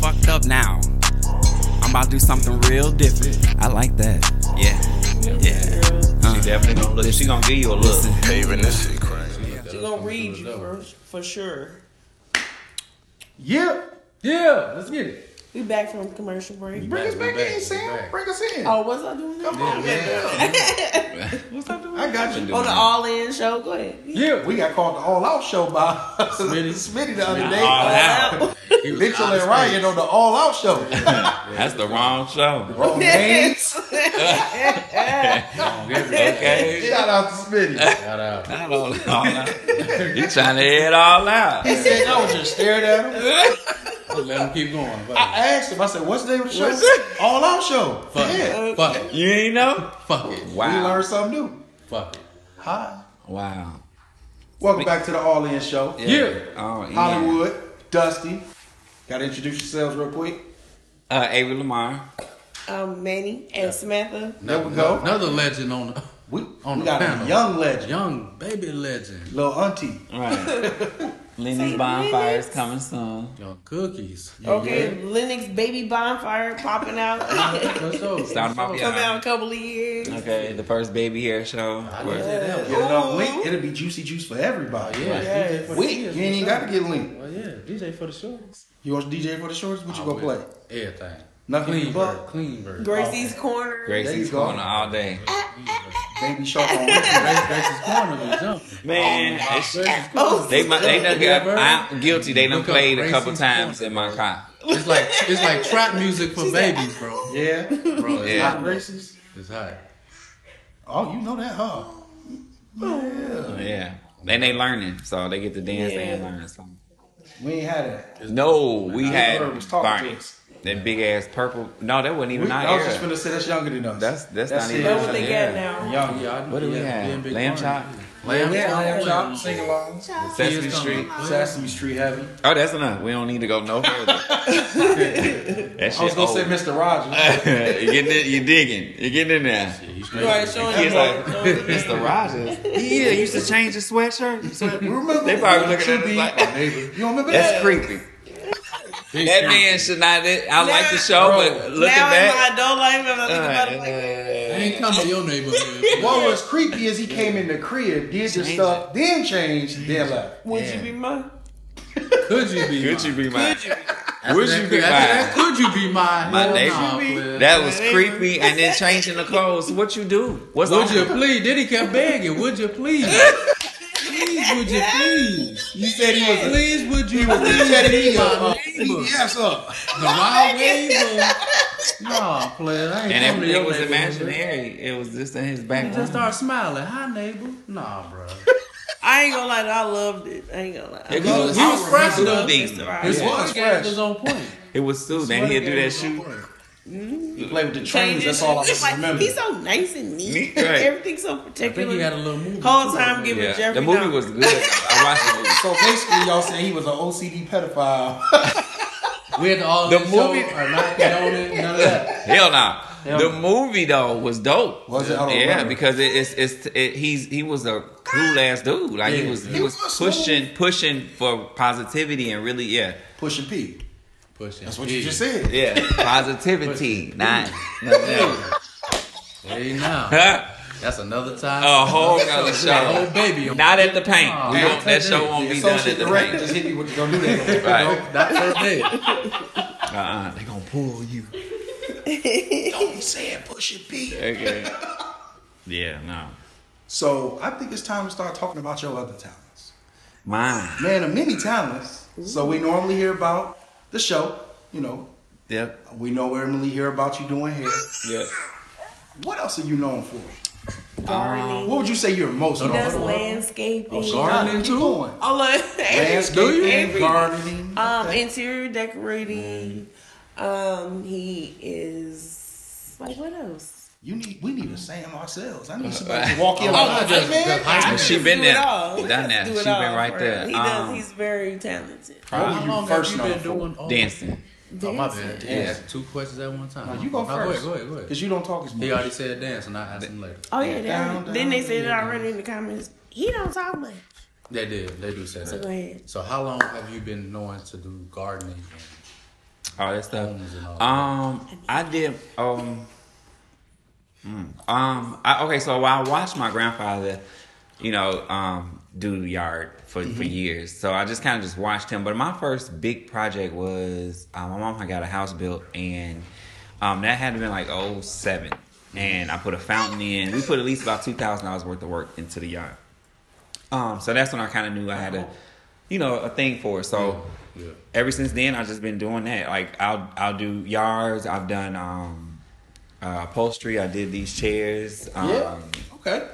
fucked up now. I'm about to do something real different. I like that. Yeah. Yeah. Uh, She definitely gonna look. She gonna give you a look. listen, Paving this shit crazy. She gonna read you for, for sure. Yeah. Yeah. Let's get it. We back from commercial break. Bring us back, in, Sam. back. Bring us in. Oh, what's I doing now? Come on, man. What's I doing? I got you. On the All In show, go ahead. Yeah, we got called the All Out show by Smitty, the other day. Wow. He was Mitchell out of and Ryan on the All Out show. That's the wrong show. Wrong name. Okay. Shout out to Smitty. Shout out. Not all, all out. You trying to head all out. He said I was just staring at him. Let him keep going. Fuck it. I asked him. I said, "What's the name of the show?" What's it? All Out Show. Fuck yeah, it. Fuck it. You ain't know? Fuck it. we Wow. learned something new. Fuck it. Hi. Wow. Welcome back to the All In Show. Oh, yeah. Hollywood, Dusty. Got to introduce yourselves real quick. Uh, Ava Lamar. Um, Manny and Samantha. There we go. Another legend on the We, On we the got a panel. young legend, young baby legend. little auntie. Right. Lenny's Say bonfire is Lennox. coming soon. Young cookies. Okay, Linux baby bonfire popping out. What's up? Sound my Come out in a couple of years. Okay, the first baby hair show. I need Get that help. it on link. It'll be juicy juice for everybody. Yeah, DJ for the Link. You kids, ain't even what's got to get link. up? Well, yeah, DJ for the shorts. You want to DJ for the shorts? What you Oh, gonna play? Everything. Nothing Clean bird. but Clean bird. Gracie's Corner. Gracie's go. going all day. baby shark on repeat. Grace, Grace's corner was jumping. Man, it's- Grace's Oh, they mu- they done got, I'm guilty. They done Look up played a couple Gracie's times Corner. in my car. It's like it's like trap music for babies, bro. Yeah, Bro, it's Yeah. hot. races. It's hot. Oh, you know that, huh? Yeah. Then they learning, so they get to dance Yeah. and learn something. We ain't had that. No, we had Bird was talking to Barney. us. That big ass purple. No, that wasn't even We- our I was just era. gonna say that's younger than us. That's that's, That's not it. even. That's our what they era. got now. young. Yeah, I, What do we yeah, have? being big Lamb corner. chop? Lamb Yeah, chop. lamb chop, sing Sing alongs, Sesame Street. Sesame Street heavy. Oh, that's enough. We don't need to go no further. that shit oh. I was gonna say old. Mr. Rogers. you're getting it. You're digging. You're getting in there. You already showing Kids your like mom. Mr. Rogers. He yeah, used to change his sweatshirt. So Remember They probably looking at us Chubby? like, "Oh, You don't remember that's that? creepy. That man should not. e, I like the Nah, show, but now looking back, I don't like him. I think about it like uh, ain't come to your neighborhood. What was creepy is he came in the crib, did the Change stuff, then changed, then left. Would you be mine? Could you be? could you mine? be mine? Would you? Would you be That- mine? Could you be mine? My Hell neighbor. nah, Flip. That was creepy, and then changing the clothes. What you do? What's on Would you you? please? Then he kept begging. Would you please? Please, would you please? You said he was Please, would you was a please Teddy be Bear, huh? my neighbor? Yes, up. The wild neighbor. Nah, player. I ain't And come to your everything was neighborhood. imaginary. It was just in his He back. just room. start smiling. Hi, neighbor. Nah, bro. I ain't gonna lie, I loved it. I ain't gonna lie. It You was, was- you was fresh I though. loved Indeed. Mr. Rogers. His Yeah. one Fresh. game was on point. It was soothing. He'd do that shoot. He played with the trains, Changes. that's all I It's can like, remember. He's so nice and neat. Neat, right. Everything's so I think he had a particular. little movie. Whole too. time giving Yeah, Jeffrey the movie Dahmer. was good. I watched the movie. So basically, y'all saying he was an OCD pedophile. We had all The the movie- movie or not condoning none of that. Hell nah. the movie though was dope. Was it? I don't yeah, remember. because it, it's it's it, he's he was a cool ass dude. Like he Yeah. was he, He was, was pushing pushing for positivity and really yeah Pushing P. Pushing. That's what you just said. yeah positivity not Hey now, a that's another time. Oh, whole other that whole show. baby. on- Not at the paint. Aw, We man, won't- that show won't The be done at associate the director paint. just hit me with don't do that. Right. Not her head. Uh-uh. They gonna pull you. Don't be saying pushing P. Okay. Yeah. No. So I think it's time to start talking about your other talents. Mine. Man of many talents. So we normally hear about the show. You know, Yep. we normally hear about you doing hair. Yep. What else are you known for? Gardening. What would you say you're most known Does for? landscaping. Oh, Oh, Gardening Keep too. going. All of Landscaping, everything. gardening. Um, interior decorating. Um, he is like what else? You need. We need to Sam ourselves. I need somebody to walk in. Oh, like, I "Hey, just- man, just hype And she Do been it there, all. He done does that. do She it been all right for there. us. He does. Um, He's very talented. What were How you long first have you known been for? doing? all- dancing. Oh my bad. Dancing. Yeah, that's two questions at one time. No, you go No, first. Go ahead. Go ahead. Go Cause ahead. you don't talk as much. He already said dance, and I asked him later. Oh yeah. They Down, already- down, then they said it already in the comments. He don't talk much. They did. They do say So go that. ahead. So how long have you been knowing to do gardening? all that stuff. Um, I did. Um, mm, um, I, okay, so I watched my grandfather, you know, um, do yard for for years. So I just kind of just watched him. But my first big project was uh, my mom had got a house built, and um, that had to been like oh seven. And I put a fountain in. We put at least about two thousand dollars worth of work into the yard. Um, so that's when I kind of knew I had a, you know, a thing for it. So Yeah. ever since then, I've just been doing that. Like I'll I'll do yards. I've done um, uh, upholstery. I did these chairs. Um, yeah. Okay.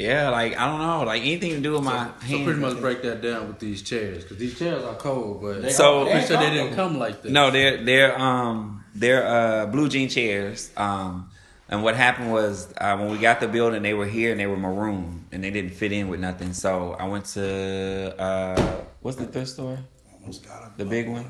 Like I don't know. Like anything to do with my So hands. pretty much break that down with these chairs, because these chairs are cold, but So- I'm pretty sure they didn't come like this. No, they're they're um they're uh blue jean chairs. Um and what happened was uh, when we got the building they were here and they were maroon and they didn't fit in with nothing. So I went to uh what's the thrift store? Almost got The big one?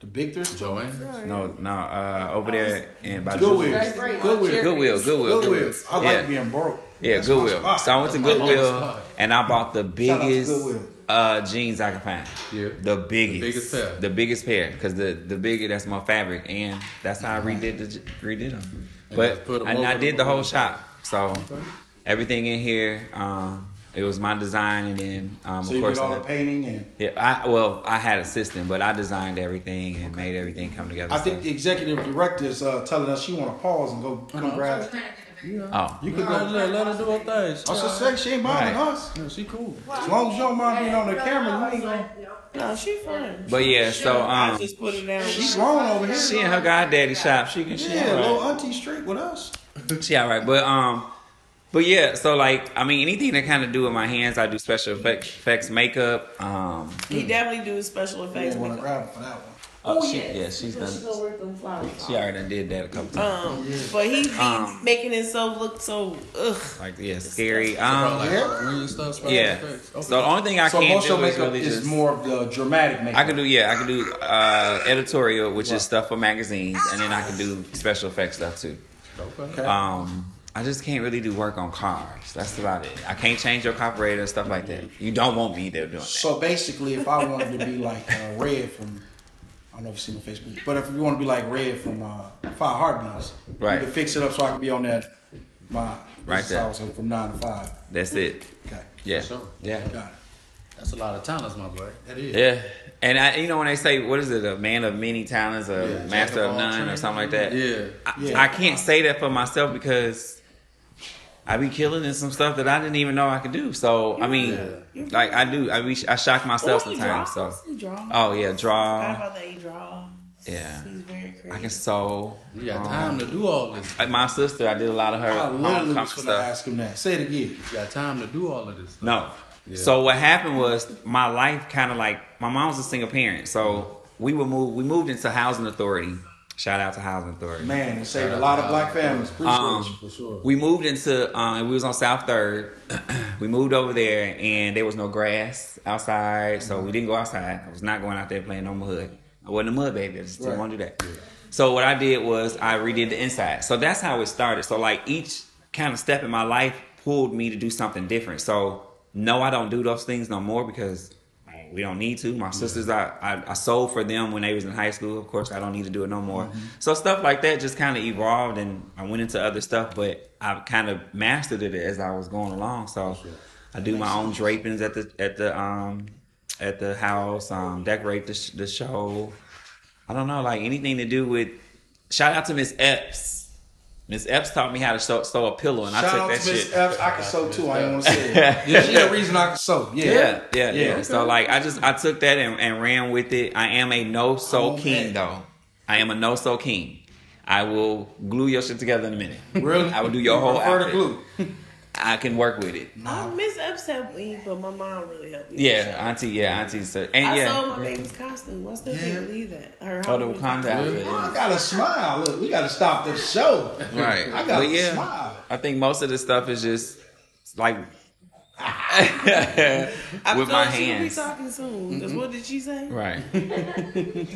The big thrift store. Joanne. No, no, uh over there in by Goodwill. That's great. Goodwill. Goodwill, Goodwill, Goodwill. I like yeah. being broke. Yeah, That's my Goodwill. spot. So I went to That's my mama's Goodwill spot. and I bought the out to biggest Goodwill. uh, jeans I could find. Yeah. The biggest. biggest pair. The biggest pair. Because the, the bigger, that's my fabric. And that's how I redid the j- redid them. just put But 'em and I over did the the whole wall. shop. So everything in here, um, it was my design. And then, um, So of you course, did all I- the painting and yeah, I, well, I had a system, but I designed everything and made everything come together. I so- think the executive director is uh, telling us she want to pause and go come grab. Oh. You You could gotta go. let, let her do her thing. She, I should say she ain't bothering Right. us. no, she cool. As long as you don't mind being on the camera, you ain't gonna. No, she fine. But yeah, so I um, just put it down. She's grown over here. she and her goddaddy shop. She can. She yeah, all right. little auntie straight with us. She all right, but um, but yeah. So like, I mean, anything that kind of do with my hands, I do special effects, effects makeup. Um, He definitely do special You effects. Um, want to makeup. grab her for that one. oh, she, yes. yeah, she's So done. she gonna work them flowers. She already done did that a couple times. Um, but he be Um, making himself look so ugh. Like Uh, yeah, scary. Probably Um, like Halloween stuff. special yeah. effects. So Okay. the only thing I So can most of do your is makeup really is just. more of the dramatic makeup. I can do yeah, I can do uh, editorial, which is stuff for magazines, and then I can do special effects stuff too. Okay. Okay. Um, I just can't really do work on cars. That's about it. I can't change your carburetor and stuff like that. You don't want me there doing that. So basically, if I wanted to be like uh, Red from, I don't know if you've seen my Facebook, but if you want to be like Red from uh, Five Heartbeats, Right. you can fix it up so I can be on that, my Right business there. hours from 9 to 5. That's it. Okay, Yeah. Sure. Yeah. got it. That's a lot of talents, my boy. That is. Yeah, and I, you know when they say what is it, a man of many talents, a Yeah, master jack of of all none, or trades. something like that. Yeah. I, Yeah. I can't say that for myself because I be killing in some stuff that I didn't even know I could do. So I mean, Yeah. like I do, I be, I shock myself Oh, he sometimes. So draws. He draws. oh yeah, I draw. about that he draws. Yeah. He's very creative. I can sew. Um, You got time to do all this. Like my sister, I did a lot of her I literally homecoming was going to stuff. ask him that. Say it again. You got time to do all of this. Stuff. No. So what happened was my life kind of like my mom was a single parent, so Mm-hmm. we would move. We moved into housing authority. Shout out to housing authority. Man, it saved a lot of black families. Appreciate Um, you. for sure. We moved into uh, we was on South Third. we moved over there and there was no grass outside, so Mm-hmm. we didn't go outside. I was not going out there playing on the hood. I wasn't a mud baby. I just didn't Right. want to do that. So what I did was I redid the inside. So that's how it started. So like each kind of step in my life pulled me to do something different. So no, I don't do those things no more because like, we don't need to. My sisters, I, I I sold for them when they was in high school. Of course, I don't need to do it no more. So stuff like that just kind of evolved, and I went into other stuff, but I kind of mastered it as I was going along. So I do my own drapings at the at the um at the house, um decorate the sh- the show. I don't know, like anything to do with. Shout out to Miss Epps. Miss Epps taught me how to sew, sew a pillow, and Shout I out took to that shit. Miss Epps. I can sew too. I ain't want to say it. She the reason I can sew. Yeah. Yeah, yeah, yeah. Okay. So like, I just I took that and, and ran with it. I am a no sew Okay. king though. I am a no sew king. I will glue your shit together in a minute. Really? I will do your You whole prefer to outfit. glue. I can work with it. I Oh, miss upset me, but my mom really helped me. Yeah, auntie. Yeah, auntie. So, and I yeah, sold my baby's costume. What's that Yeah. thing? Leave that. Her oh, the Halloween Wakanda outfit. I yeah. got to smile. Look, we got to stop this show. Right. I But got to yeah, smile. I think most of the stuff is just like I'm with sure my she will be hands. talking soon. 'cause what did she say? Right. You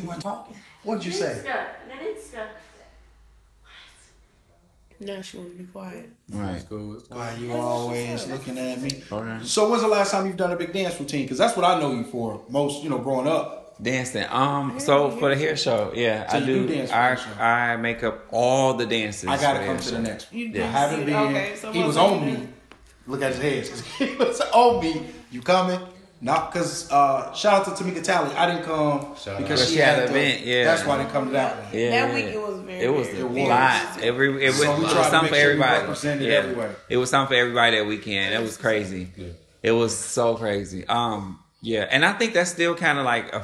weren't talking. What'd you say? That is stuck. Now she won't be quiet. Right. Cool. It's cool. Why you always looking at me? Okay. So when's the last time you've done a big dance routine? Because that's what I know you for. Most, you know, growing up, Dancing. Um. So for the hair show, yeah, So I you do. do dance for I the show. I make up all the dances. I gotta for come hair to the show. next one. You I did haven't see- been. okay, so he what was was on it? me. Look at his hands. he was on me. You coming? Not because uh, shout out to Tamika Talley. I didn't come Shout out. because But she, she had had an the- event, yeah. That's why I didn't come to that one. Yeah, That yeah. week it was very- It was a It was. lot. Every it was, So we it was tried to something make for sure we everybody. represented yeah. everywhere. It was something for everybody that weekend. It was crazy. It was so crazy. Um, yeah, and I think that's still kind of like a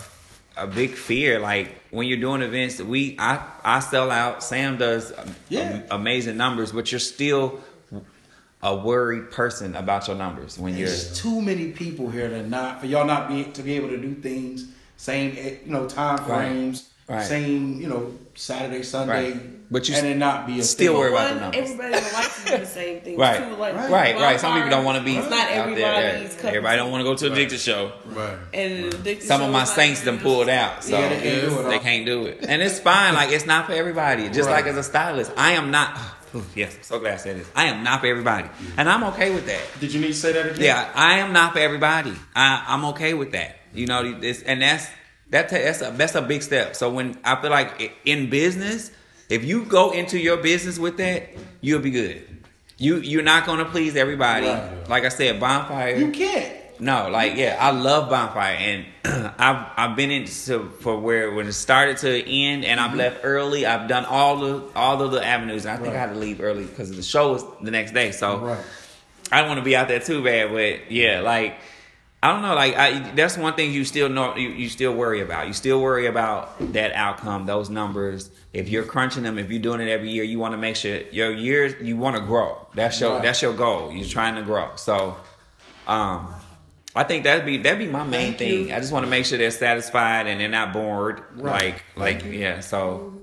a big fear. Like when you're doing events, we I I sell out. Sam does um, Yeah. am- amazing numbers, but you're still a worried person about your numbers when you're There's too many people here to not for y'all not be to be able to do things same eh, you know time Right. frames, Right. same you know Saturday Sunday, Right. But you and it not be a still thing. worry about- the One, numbers. everybody don't like to do the same thing. Right. Too, like, right, my right, Some people don't want to be It's out not everybody's there. Yeah. cup of Everybody tea. don't want to go to a Dicta show. Right. And the Some of show my was like- saints done pulled out. So Yeah, they can't do it. They all. can't do it. And it's fine. Like, it's not for everybody. Just Right. like as a stylist, I am not. Ooh, yes, I'm so glad I said this. I am not for everybody. And I'm okay with that. Did you need to say that again? Yeah, I am not for everybody. I, I'm okay with that. You know, it's, and that's that ta- that's a, that's a big step. So when I feel like i- in business, if you go into your business with that, you'll be good. You you're not gonna please everybody. Right. Like I said, bonfire. You can't. No, like yeah, I love bonfire, and I've I've been into for where when it started to end, and I've left early. I've done all the all of the avenues. And I think I had to leave early because the show was the next day. So Right. I don't want to be out there too bad, but yeah, like I don't know, like I that's one thing you still know you, you still worry about. You still worry about that outcome, those numbers. If you're crunching them, if you're doing it every year, you want to make sure your years you want to grow. That's your Right. that's your goal. You're trying to grow. So um I think that'd be that'd be my main Thank thing. you. I just want to make sure they're satisfied and they're not bored. Right. Like like yeah, so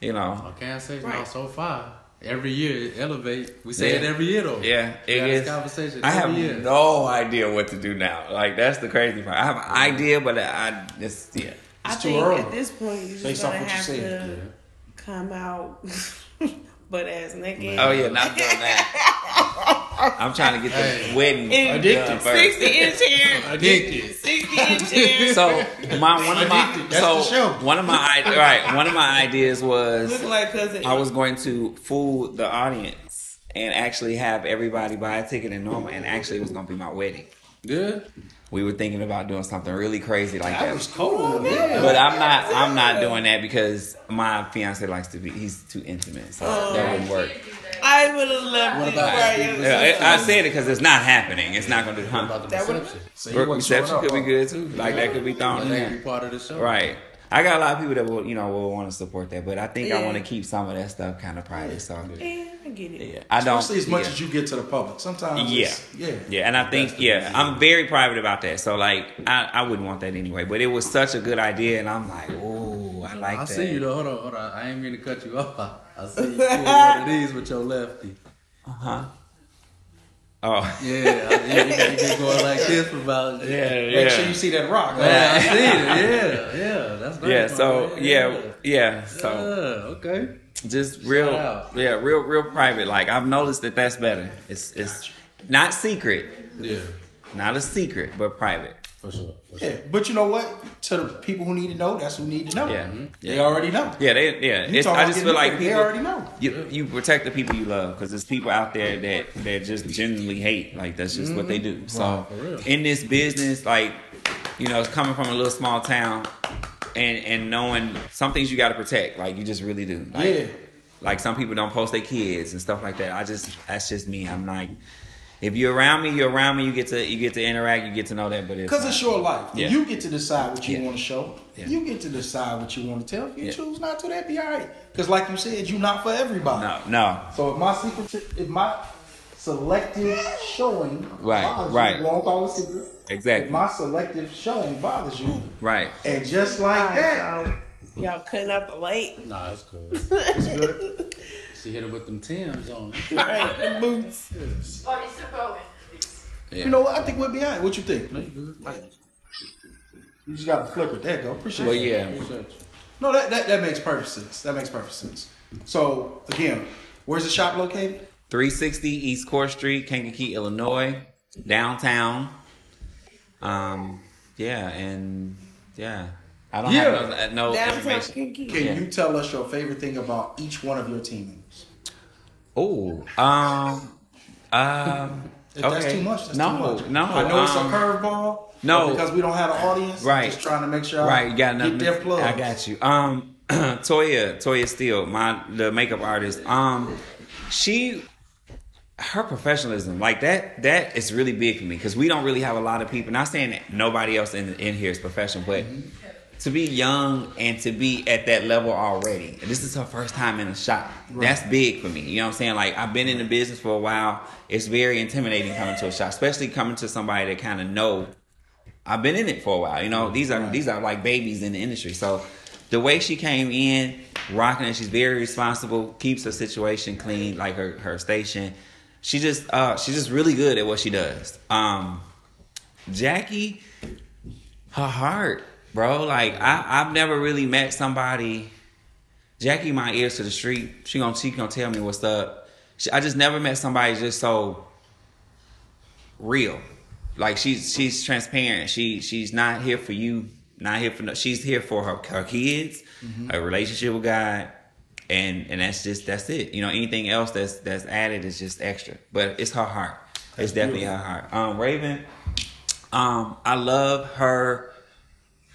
you know. I can't say Right. not so far. Every year it elevate. We say Yeah. it every year though. Yeah, We it have is. This conversation I have every year. no idea what to do now. Like that's the crazy part. I have an idea, but I, I just yeah. I It's too think early. at this point you just Based gonna off what you have said, to come out butt ass naked. Oh yeah, not doing that. I'm trying to get the Hey. wedding And done first. Sixty inch hair. Addicted. Sixty inch hair. So my one of my Addicted. That's so the show. one of my i- right one of my ideas was Look like cousin. I was going to fool the audience and actually have everybody buy a ticket in Norma, and actually it was gonna be my wedding. Good. We were thinking about doing something really crazy like That that. was cold. yeah. But I'm not. I'm not doing that because my fiance likes to be. He's too intimate, so that wouldn't work. I would have loved What it. about Right, if we yeah. Yeah, I I said it because it's not happening. It's not gonna do. Huh? About the That would- reception. So you Work wasn't showing reception up, could be huh? good too. Like that could be thrown That could in. be part of the show. Right. I got a lot of people that will, you know, will want to support that, but I think I Yeah. want to keep some of that stuff kind of private. So Yeah, I get it. yeah, I don't. Especially as much yeah. as you get to the public. Sometimes. Yeah. it's- Yeah. Yeah. And I think, yeah, I'm very private about that. So, like, I, I wouldn't want that anyway. But it was such a good idea. And I'm like, ooh, I like I that. see you though. Hold on, hold on. I ain't mean to cut you off. I, I see you pull one of these with your lefty. Oh, Yeah, I- yeah. You, you been going like this for about yeah. yeah. Make sure you see that rock. Man, I see it. Yeah, yeah. That's great. Yeah, my so man. yeah, yeah, Yeah, Uh, so okay. just real, out. yeah, real, real private. Like I've noticed that that's better. It's it's not secret, Yeah, not a secret, but private. For sure. For sure. Yeah. But you know what? To the people who need to know, that's who need to know. Yeah. They already know. Yeah, they, yeah. You It's, talking I about just getting feel like married, people they already know. You, you protect the people you love because there's people out there that that just genuinely hate. Like that's just what they do. Mm-hmm. So in this business, like you know, it's coming from a little small town, and and knowing some things you got to protect. Like you just really do. Like, Yeah. Like some people don't post their kids and stuff like that. I just that's just me. I'm like, if you're around me, you're around me. You get to you get to interact. You get to know that. But it's Because not- it's your life. Yeah. You get to decide what you Yeah. want to show. Yeah. You get to decide what you want to tell. If you Yeah. choose not to, that'd be all right. Because, like you said, you're not for everybody. no, no. So if my secret, if my selective showing Right, bothers right. you, won't call it secret. Exactly. If my selective showing bothers you, Right. and just like that, Y'all, y'all cutting out the light. Nah, that's cool. it's good. she hit him with them Tim's on. Right, the boots. Or it's a Bowen. You know what? I think we'll be all right. What you think? Hey, good. Like, You just got to flip it. There you go. Appreciate Well, it. yeah. appreciate you. No, that, that that makes perfect sense. That makes perfect sense. So again, where's the shop located? 360 East Core Street, Kankakee, Illinois, downtown. Um, yeah, and yeah, I don't Yeah. have no, no Downtown information. Kentucky. Can Yeah. you tell us your favorite thing about each one of your team members? Oh, um, um. If that's too much, that's no, too much. no. I know it's a um, curveball. but no. because we don't have an audience. I'm Right. just trying to make sure. I Right, you got nothing. Get their plug. I got you. Um, Toya, Toya Steele, my the makeup artist. Um, she, her professionalism like that. That is really big for me because we don't really have a lot of people. Not saying that nobody else in in here is professional, but to be young and to be at that level already. and This is her first time in a shop. That's big for me. You know what I'm saying? Like I've been in the business for a while. It's very intimidating coming to a shop, especially coming to somebody that kind of know I've been in it for a while. You know, these are these are like babies in the industry. So the way she came in, rocking it, she's very responsible, keeps her situation clean, like her her station. She just uh she's just really good at what she does. Um Jackie, her heart, bro. Like I, I've never really met somebody. Jackie, my ears to the street. She gonna she gonna tell me what's up. She, I just never met somebody just so real. Like she's she's transparent. She she's not here for you. Not here for no. She's here for her her kids, her relationship with God, and and that's just that's it. You know, anything else that's that's added is just extra. But it's her heart. It's definitely her heart. Um, Raven. Um, I love her.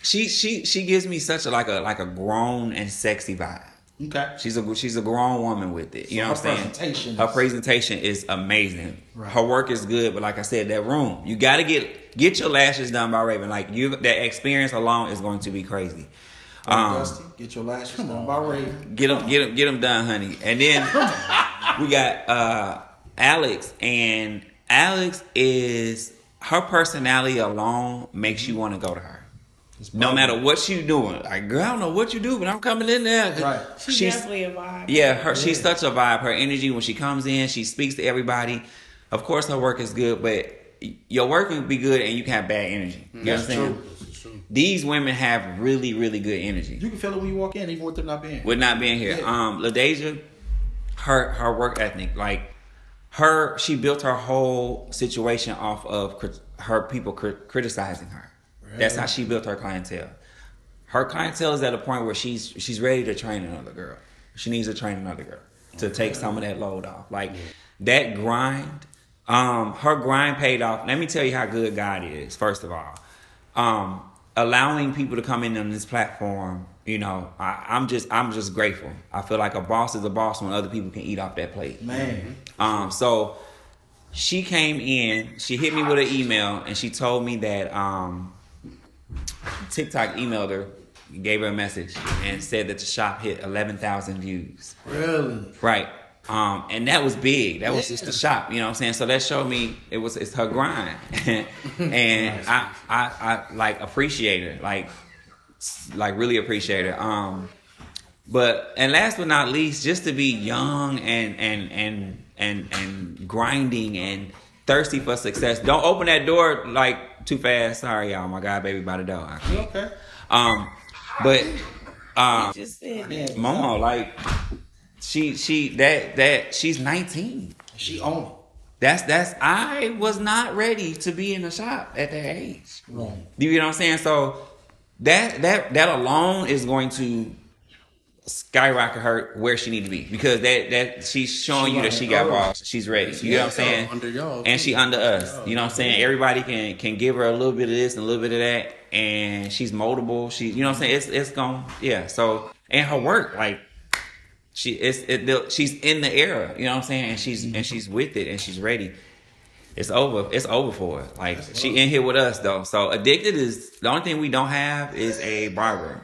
She she she gives me such a like a like a grown and sexy vibe. Okay. She's a she's a grown woman with it. You know So what her I'm saying? presentation her is- presentation is amazing. Right. Her work is good, but like I said, that room you got to get get your lashes done by Raven. Like you, that experience alone is going to be crazy. Um, Dusty, get your lashes done by Ray. get them get them get them done, honey. And then we got uh, Alex, and Alex is her personality alone makes you want to go to her. No matter what she doing, like girl, I don't know what you do, but I'm coming in there. Right. She's, definitely a vibe. Yeah, her, she's such a vibe. Her energy when she comes in, she speaks to everybody. Of course, her work is good, but your work would be good and you can have bad energy. You know what I'm saying? These women have really, really good energy. You can feel it when you walk in, even with them not being. With not being here, Yeah. um, Ladeja, her her work ethic, like her, she built her whole situation off of crit- her people crit- criticizing her. That's how she built her clientele. Her clientele is at a point where she's she's ready to train another girl. She needs to train another girl to take some of that load off. Like that grind, um, her grind paid off. Let me tell you how good God is. First of all, um, allowing people to come in on this platform. You know, I, I'm just I'm just grateful. I feel like a boss is a boss when other people can eat off that plate. Man. Um, so she came in, she hit me with an email, and she told me that um, TikTok emailed her, gave her a message, and said that the shop hit 11,000 views. Really? Right. Um, and that was big. That was just the shop. You know what I'm saying? So that showed me it was it's her grind, and I, I I like appreciate her, like like really appreciate her. Um, but and last but not least, just to be young and and and and and grinding and thirsty for success. Don't open that door like too fast. Sorry, y'all. My God, baby, by the door. You okay? Um, but um, Just said Yeah. it. Momo, like she she that that she's 19. She own it. That's that's I was not ready to be in the shop at that age. Right. You know what I'm saying? So that that that alone is going to skyrocket her where she need to be because that that she's showing She you that like, she got oh. balls. She's ready. You know what I'm Yeah, Oh, saying? under y'all, Oh, and too. she under us. You know what I'm saying? Everybody can can give her a little bit of this and a little bit of that, and she's moldable. She, you know what I'm saying? It's it's going yeah. So and her work like. She it's it, the- she's in the era, you know what I'm saying, and she's and she's with it, and she's ready. It's over. It's over for her. Like she in here with us though. So addicted is the only thing we don't have is a barber,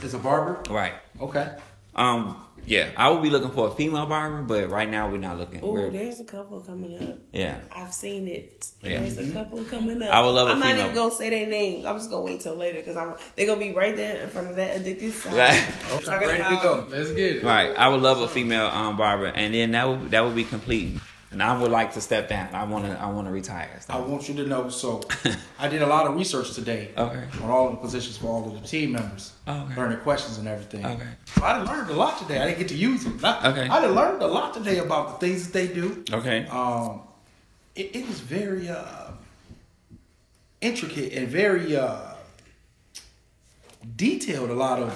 It's a barber. right? Okay. Um, yeah, I would be looking for a female barber, but right now we're not looking. Ooh, We're- there's a couple coming up. yeah, I've seen it. Yeah. There's Mm-hmm. a couple coming up. I would love a I'm not female. even gonna say their names. I'm just gonna wait till later because I'm. They're gonna be right there in front of that addicted side. right. Talking Ready to about- go. Let's get it. Right. I would love a female um barber, and then that would that would be complete. And I would like to step down. I want to I want to retire. I So. want you to know. So, I did a lot of research today Okay. on all the positions for all of the team members, Okay. learning questions and everything. Okay. I done learned a lot today. I didn't get to use them. I, Okay. I done learned a lot today about the things that they do. Okay. Um, it, it was very uh, intricate and very uh, detailed a lot of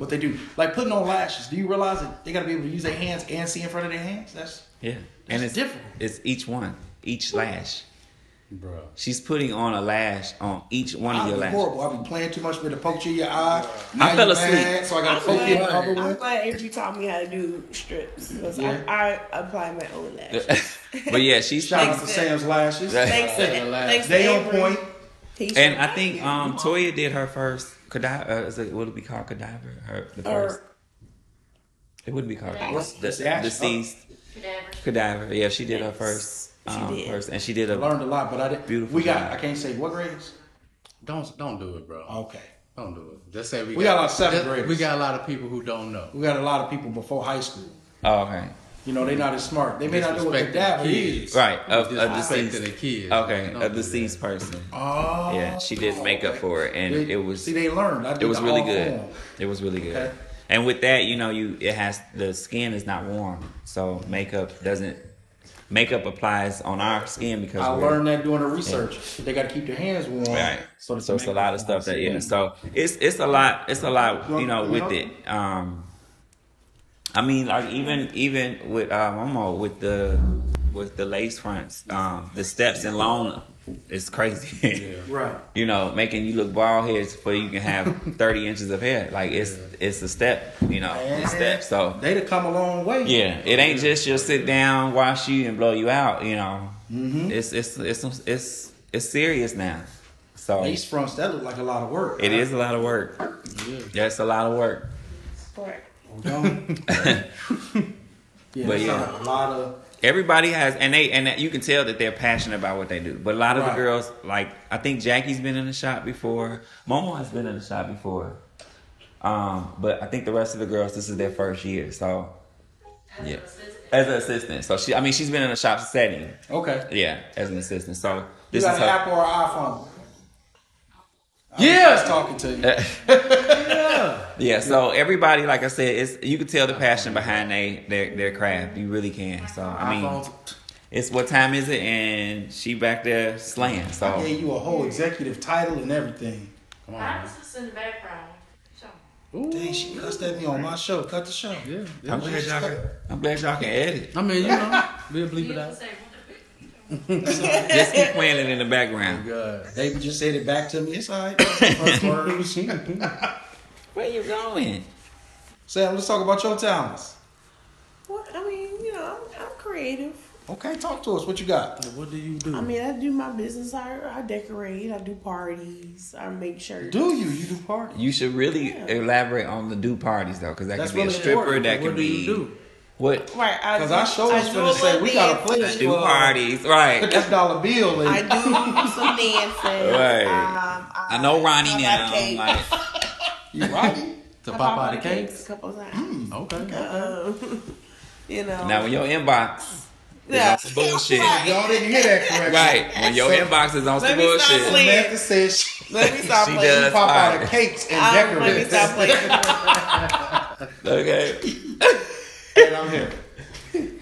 what they do. Like putting on lashes. Do you realize that they got to be able to use their hands and see in front of their hands? That's Yeah. And That's it's different. It's each one, each lash. bro. She's putting on a lash on each one of I'd your be lashes. horrible. I'd be playing too much with a puncture in your eye. Now you fell mad, asleep. so I got to poke you in the I'm other one. glad, i Andrew taught me how to do strips because Yeah. I, I apply my own lashes. but yeah, she's Shout trying. out to Sam's Lashes. thanks, to, Relax. thanks They to on Avery. point. He And showed I me. think um, Toya did her first cadaver. Uh, is it, would it be called cadaver? Her the first. Or- It wouldn't be called What's the, the ash- deceased cadaver. Yeah, she did her first. She Um, did. first, and she did I a. learned a lot, but I didn't. Beautiful We got. job. I can't say what grades. Don't don't do it, bro. Okay. Don't do it. Just say we, Oh. We got a lot of seventh just- graders. We got a lot of people who don't know. We got a lot of people before high school. Oh, okay. You know, they're not as smart. They may not know what Disrespect to cadaver the is. kids. Right, of Disrespect a to the deceased. kids. Okay, Don't a do deceased person. Oh. Yeah, she did makeup for it, and They- it was See, they learned. I did it was the really all good. form. It was really good. Okay. And with that, you know, you it has the skin is not warm, so makeup doesn't makeup applies on our skin because I we're- learned that doing the research. They got to keep their hands warm. Right. So, that the it's a makeup lot of won't stuff that yeah. stain. So it's it's a lot it's a lot You you know want- with you it. Um, I mean like even even with uh, Momo with the with the lace fronts, um, the steps in Lona is crazy. Right. you know, making you look bald heads before you can have thirty inches of hair. Like it's it's a step. You know, it's a step. So they'd have come a long way. yeah, it ain't just you'll sit down, wash you, and blow you out. You know, it's it's it's it's it's serious now. So Lace fronts that look like a lot of work. it is a lot of work. That's a lot of work. Correct. yeah, But it's yeah. not a lot of. Everybody has, and they and that you can tell that they're passionate about what they do. But a lot of Right. the girls, like I think Jackie's been in the shop before. Momo has been in the shop before. Um, but I think the rest of the girls, this is their first year. So yeah, as an assistant. So she, I mean, she's been in a shop setting. Okay. Yeah, as an assistant. So You this is got an her. Apple or iPhone? I was Yeah. talking to you. Yeah, so everybody, like I said, it's you can tell the passion behind they their their craft. You really can. So I mean, iPhones. it's what time is it? And she back there slaying. I So gave you a whole executive title and everything. Come on. I man. was just in the background. Show me. Dang, she cussed at me on my show. Cut the show. Yeah. I'm glad y'all can. I'm glad y'all can edit. I mean, you know, we'll bleep You it can out. say, what Just keep playing it in the background. God. They just said it back to me. It's all right. First words. Where you going? Sam, let's talk about your talents. Well, I mean, you know, I'm, I'm creative. Okay, talk to us. What you got? What do you do? I mean, I do my business. I, I decorate. I do parties. I make sure. Do you? You do party. You should really Yeah. elaborate on the do parties though, because that That's could be a really stripper. important. That could what do be you do? what Right. Because our show was do going to say little we got a dance. place I do for parties, Put right? that dollar bill in. I do some dancing. Right. Um, I, I know Ronnie I now. buy cake. like, You right? To I pop bought out the cakes? a couple of times. Okay. Um, you know. now when your inbox is Yeah. on some bullshit, Right. Y'all didn't hear that correctly. right? When your So- inbox is on some Let me stop bullshit, playing. Samantha says she Let me stop She playing. does. pop out fire. of cakes and Um, let me decorate. stop playing. okay. And I'm here.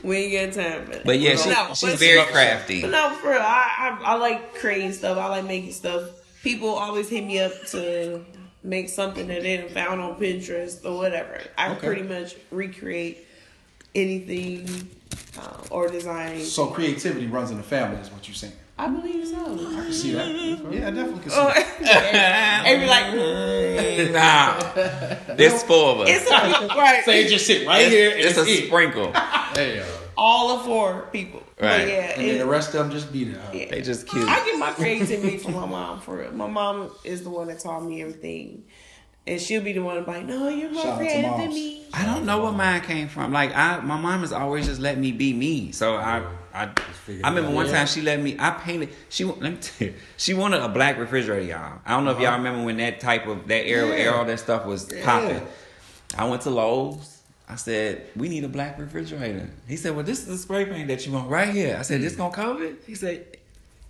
we ain't got time for that. But yeah, No, she, but she's she- very crafty. But no, for real, I, I I like creating stuff. I like making stuff. People always hit me up to make something that they done found on Pinterest or whatever. I Okay. pretty much recreate anything uh, or design. So creativity runs in the family, is what you're saying. I believe so. You see that? Yeah, I definitely can see Oh, that. and be like, "Mm, nah, there's four of us. it's a few, right. Say it just sit right here. And It's it's a it. sprinkle. Hey, uh, all of four people. Right. But yeah, And then the it, rest of them just beat it out. yeah. They just cute. I get my creativity from my mom for real. My mom is the one that taught me everything. And she'll be the one like, no, you're more Shout out to creative than moms. me. I don't know where mine came from. Like I, my mom has always just let me be me. So I, I, figure I remember it out. one time she let me. I painted. She wa- let me tell you, she wanted a black refrigerator, y'all. I don't know if y'all remember when that type of that era, Uh-huh. Yeah. era all that stuff was Yeah. popping. I went to Lowe's. I said, "We need a black refrigerator." He said, "Well, this is the spray paint that you want right here." I said, Mm. "This gonna cover it?" He said,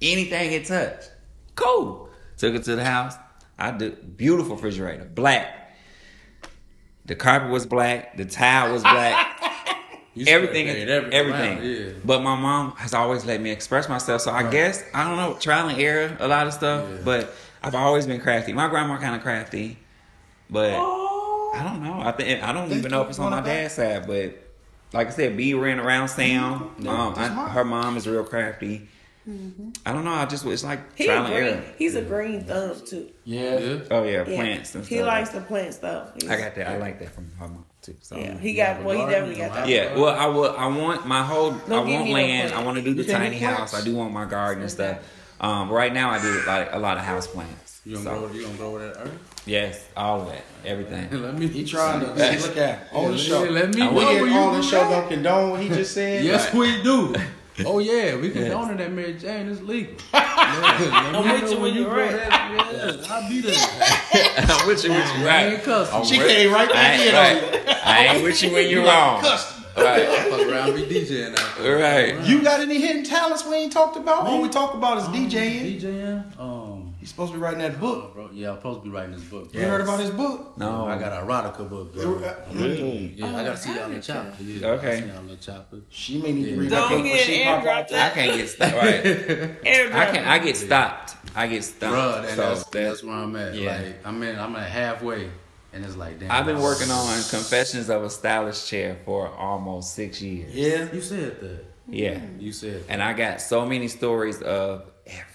"Anything it touched." Cool. Took it to the house. I did beautiful refrigerator, black. The carpet was black. The tile was black. you everything, spread everything. around, But my mom has always let me express myself. So I guess I don't know trial and error a lot of stuff. Yeah. But I've always been crafty. My grandma kind of crafty. But Oh. I don't know. I think I don't They even know if keep it's on my going back. dad's side, but like I said, B ran around Sam. Mm-hmm. um, I- mine. her mom is real crafty. I don't know. I just it's like He trial a and green, error. he's a green thumb too. Yeah. Yeah. Oh yeah, Yeah. plants and stuff. he likes to plant stuff. He's- I got that. I like that from her mom too. So. Yeah, Yeah. he got. Well, he definitely got that. well, I will. I want my whole. I give want me no land. I plant. want to do the You can't do tiny house. I plants. do want my garden and stuff. Um, right now, I do like a lot of house plants. You gonna So, grow? You gonna grow that earth? yes, all of that, everything. Let me. Oh, He trying to look at on the show. Let me I know We want- at when Oh, you on the do show that. don't condone what he just said. Yes, we do. Oh yeah, we condone that Mary Jane. It's legal. I'm with you when you're right. Yes, I'll be there. I'm with you when you're I ain't right. cussing. She came right I back ain't, in on you. right. I ain't with you when you're wrong. Right. Fuck around, be DJing out there. Right. You got any hidden talents we ain't talked about? All we talk about is DJing. DJing. Um, He's supposed to be writing that book. bro, yeah, I'm supposed to be writing this book. You heard about his uh, book? No. I got an erotica book. Bro. Mm-hmm. Yeah, I gotta see y'all Oh, in chopper. Yeah, Okay. I gotta see y'all in chopper. She may need to Don't read that book when get she air pop out dropped there. I can't get stopped. Right. Airdrop. I can. I get stopped. I get stopped. Bro, and so that's, that- that's where I'm at. yeah. Like, I'm in, I'm at halfway, and it's like, damn. I've been I- working on Confessions of a Stylist Chair for almost six years. Yeah. You said that. Yeah. You said that. And I got so many stories of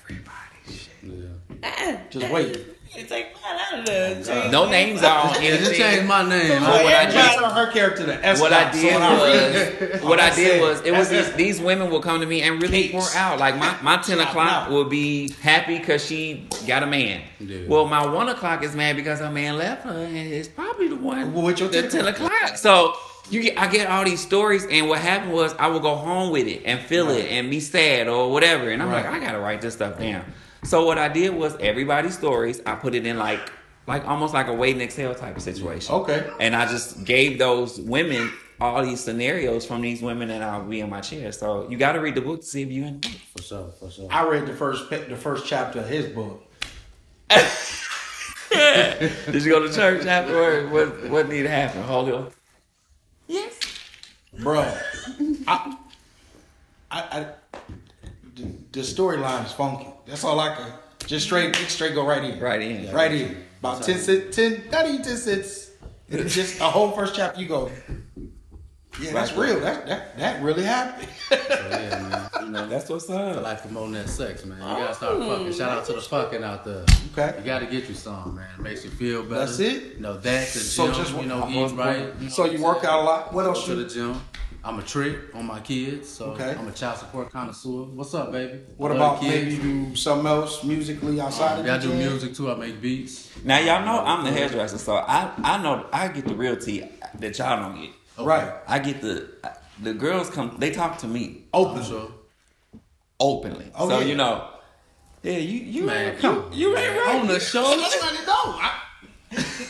everybody's shit. Yeah. Uh, Just wait. You take mine out of there. Jay. No names are on Yeah, just anything. change my name. But what I Everybody did- on her character to S. what I So did when read it, was, what I did was, it was That's these, these women will come to me and really pour out. Like my, my ten o'clock out. will be happy because she got a man. Yeah. Well, my one o'clock is mad because her man left her, and it's probably the one Well, with your the 10 ten o'clock. So you get, I get all these stories, and what happened was I would go home with it and feel it and be sad or whatever, and I'm like, I gotta write this stuff down. So what I did was everybody's stories, I put it in like. Like almost like a wait and exhale type of situation. Okay. And I just gave those women all these scenarios from these women that I'll be in my chair. So you got to read the book to see if you in. For sure, for sure. I read the first pa- the first chapter of his book. Did you go to church afterward? What what need to happen? Holy. Ghost? Yes. Bro, I, I, I the, the storyline is funky. That's all I can. Just straight, straight go right in. Right in. Right in. About 10, cents, 10, not even 10 cents. It's just a whole first chapter. You go, yeah, that's Right. real. That, that, that really happened. So, yeah, man. You know, That's what's I up. like promoting that sex, man. You gotta start fucking. Shout out to the fucking out there. Okay. You gotta get you some, man. It makes you feel better. That's it? You know, that, the gym, So just- you know, I'm eat right. know So what you I'm work saying? out a lot. What else? Go to You, the gym. I'm a trick on my kids, so Okay. I'm a child support connoisseur. What's up, baby? what Love about the kids. maybe you do something else musically outside of Yeah, I the do gym? music too. I make beats. Now y'all know I'm the hairdresser, so I I know I get the real tea that y'all don't get. Right. I get the the girls come. They talk to me Open. So, openly. Oh, so yeah. you know. Yeah, you you Man, ain't come come. You, ain't right. on the show.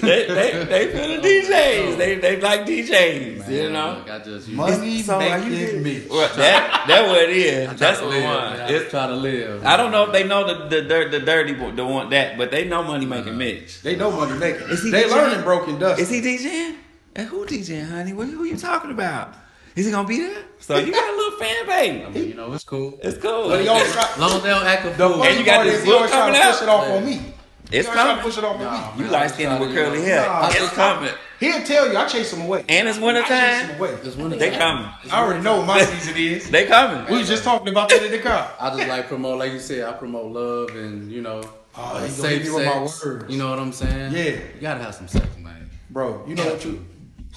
they, they they feel the DJs. They they like DJs. you know. Look, I just you Money So are you making bitch. Well, that that what it is. try That's to the live, one. man. I It's- try to live. I don't know if they know the the dirt the dirty bo- the one that, but they know money making Mitch. They know money making. Is he Uh-huh. They DJing? learning broken dust. Is he DJing? And who DJing, honey? What, who you talking about? Is he gonna be there? So you got a little fan I base. mean, you know, it's cool. It's cool. But he always As try, long as they don't act a the fool. funny you got part this is he always book trying to coming push out. it off on me. He It's always trying to coming. push it off Oh, on me. You light skinned with curly hair. Nah, it's coming. He'll tell you, I chase him away. And it's I chase wintertime. him away. It's winter They time. coming. I already know what my season is. They coming. We was just talking about that in the car. I just like promote, like you said, I promote love and you know, Oh, uh, he gonna hit safe me with my sex. words. You know what I'm saying? Yeah. you gotta have some sex, man. Bro, you know what you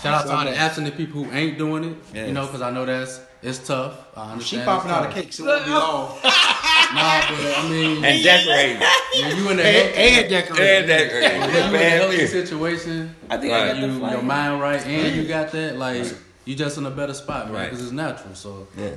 Shout out to all the Something. absent people who ain't doing it. Yes. You know, because I know that's it's tough. I she understand. popping it's out of tough. cakes, it won't be long. Nah, but I mean, And decorating. when you in the And, healthy, and And decorating. decorating. when you in a healthy Man, situation, I think Right. I got you the flight. your mind right, and you got that like. You just in a better spot, man, Right. because it's natural. So Yes.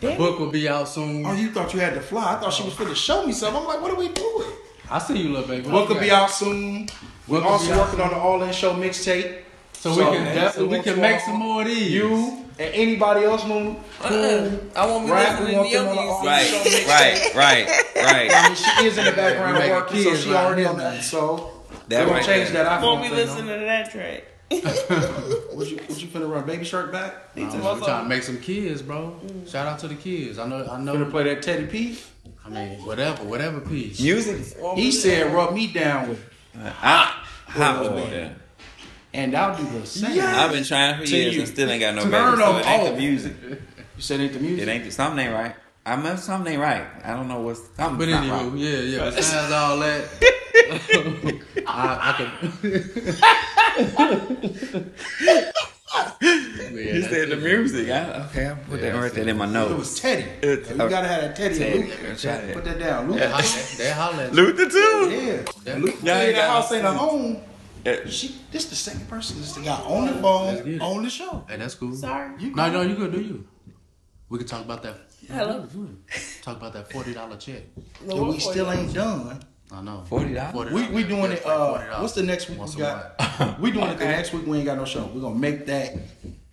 the book will be out soon. Oh, you thought you had to fly. I thought she was finna show me something. I'm like, what are we doing? I see you, little baby. Book will You be got- out soon. We're Book will also be out working on the All In Show mixtape. So, we can definitely we can make some more of these. Uh, You and anybody else who who I want me Right, we listening to want your them on the music. Right, right, right, I right. mean, she is in the background We're making working, so kids she right already here, on that. man. So That we're gonna right change there. that I want iPhone me thing. on. listening to that track. What you what you finna run? Baby Shark back? He took We're my trying to song. make some kids, bro. Shout out to the kids. I know. I Mm. Finna know. play that Teddy P? I mean, whatever, whatever piece. Oh, Music. He said, "Rub me down with." it." I, Hot oil oil. bath. yeah. and I'll do the same. I've been trying for To years you. and still ain't got no Turn better. So them it ain't the off. music. You said ain't the music. It ain't the, something ain't right. I mean something ain't right. I don't know what's something. But not anyway, right. yeah, yeah. Besides all that, I, I can. Man, You said the music. I, okay, I put that right there in my It notes. was Teddy. It's- you gotta have that Teddy. Teddy, Luke. that's right. Put that down. Luke. They holler- they holler at you. Luther too. Yeah. Yeah. Luke. Yeah, Yeah, you that got house ain't her home. Yeah. She. This the second person that's got on the Let's get phone it. on the show. Hey, that's cool. Sorry. You No, no, you good. Do you? We can talk about that. Hello. Talk about that forty dollar check. and we still ain't done. I know. $40? We we doing it. Uh, $40. what's the next week Once we a got? we doing it the next week. We ain't got no show. We are gonna make that.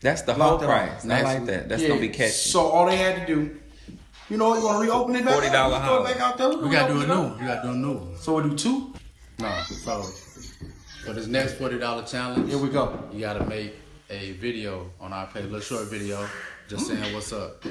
That's the whole locked up. price. I Next like week. that. That's Yeah. gonna be catchy. So all they had to do, you know, we're gonna reopen it back. $40 up. Let's throw it house. back out there. We gotta do a new one. We gotta do a new one. So we do two. No, so for this next forty dollar challenge, Here we go. you gotta make a video on our page, a little short video, just saying what's up.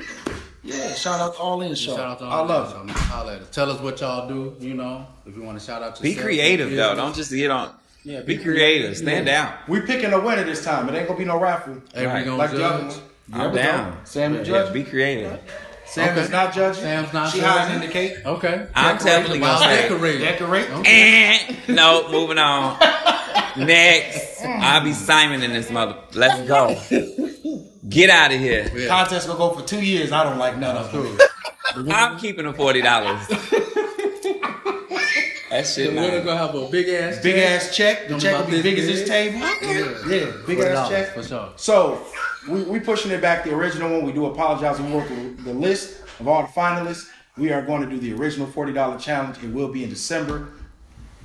Yeah. Shout out to all in show. Shout out to I all love it. y'all. Holla at us. Tell us what y'all do. You know, if you want to shout out. Be yourself, creative your though. business. Don't just get on. Yeah, be be creative. Stand out. We picking a winner this time. It ain't gonna be no raffle. Hey, Right. we gonna Like the other judge. one. I'm down. Sam is Yeah, judging. be creative. Sam Okay. is not judging. Sam's not she judging. hides in the cake. Okay. I'm definitely gonna Wild say. decorate. Decorate. Eh, no, moving on. Next, I'll be Simon in this mother. Let's go. Get out of here. Yeah. Contest gonna go for two years. I don't like none of them. Cool. I'm keeping the forty dollars. that The shit. winner nice. gonna have a big ass. Big check. ass check. The Them check about will be this big as this big. table. Yeah. Yeah, big ass $40 check. for sure. So we we pushing it back. The original one. We do apologize. We work with the list of all the finalists. We are going to do the original forty dollar challenge. It will be in December.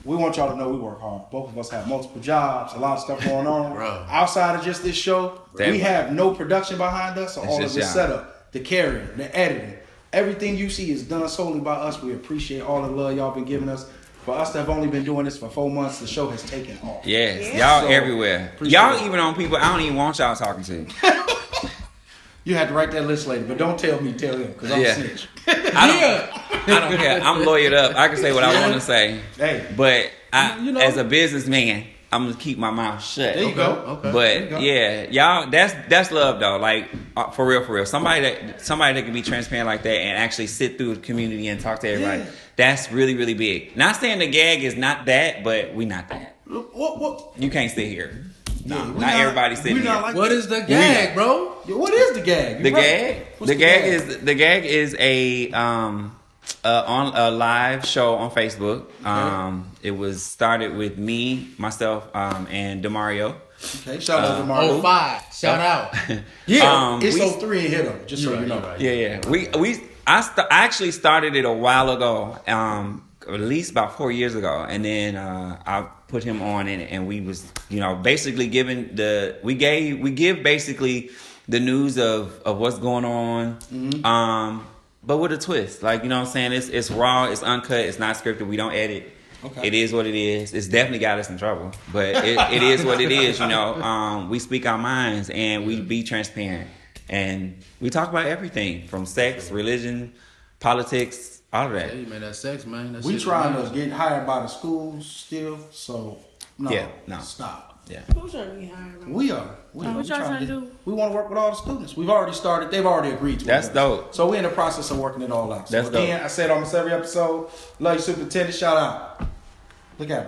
We want y'all to know we work hard. Both of us have multiple jobs, a lot of stuff going on. Bro. Outside of just this show, Damn. we have no production behind us, so It's all of just the y'all. setup, the carrying, the editing, everything you see is done solely by us. We appreciate all the love y'all been giving us. For us to have only been doing this for four months, the show has taken off. Yes, Yeah. y'all So, everywhere. appreciate Y'all it. even on people I don't even want y'all talking to. You had to write that list later, but don't tell me, tell him, because I'm Yeah. a snitch. I don't. I don't care. I'm lawyered up. I can say what I want to say. Hey. but I, You know- as a businessman, I'm gonna keep my mouth shut. There you go. Okay. you go. But yeah, y'all, that's that's love though. Like uh, for real, for real. Somebody that somebody that can be transparent like that and actually sit through the community and talk to everybody. Yeah. That's really really big. Not saying the gag is not that, but we not that. Look, what, what, You can't sit here. No, Yeah, not, we not- everybody we sitting not here. like- What is the gag, bro? Oh, yo, what is the gag? You The right. gag. What's The gag is the gag is a um uh, on a live show on Facebook. Um, it was started with me, myself, um, and Demario. Okay, shout out to Mario. Oh five. Shout out. yeah, Uh, um, it's we- 03 and hit him, just so You're you right, know. you're right. Yeah, yeah. We we I, st- I actually started it a while ago, um, at least about four years ago, and then uh, I put him on, and and we was you know basically giving the we gave we give basically the news of of what's going on. Um, but with a twist, like you know, what I'm saying it's it's raw, it's uncut, it's not scripted. We don't edit. Okay. It is what it is. It's definitely got us in trouble, but it, it is what it is. You know, um, we speak our minds and we be transparent, and we talk about everything from sex, religion, politics, all of that. Hey man, that sex man. That We shit trying is- to get hired by the schools still, so no, Yeah, no. stop. Yeah. Who's trying to be hired? We are. We What are. We y'all trying to get- do? We want to work with all the students. We've already started. They've already agreed to. it. That's dope. So we're in the process of working it all out. So That's dope. again, I said almost every episode. Love you, superintendent. Shout out. Look at him.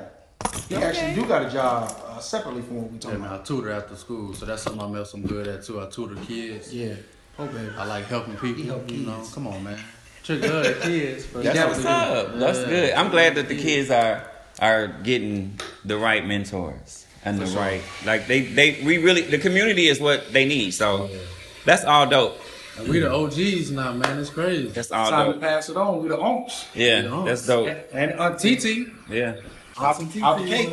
He actually do got a job uh, separately from what we Yeah, talking man, I about. tutor after school, so that's something I'm else I'm good at too. I tutor kids. Yeah. Oh baby. I like helping people. He help you know, kids. come on, man. Trick love the kids. But That's What's up? That's good. I'm glad that the kids are are getting the right mentors and the right like they they we really the community is what they need. So that's all dope. And we the OGs now, man. It's crazy. That's all Time to dope. pass it on. We the unks Yeah, that's dope. and uh, auntie. TT. Yeah. Out the cake.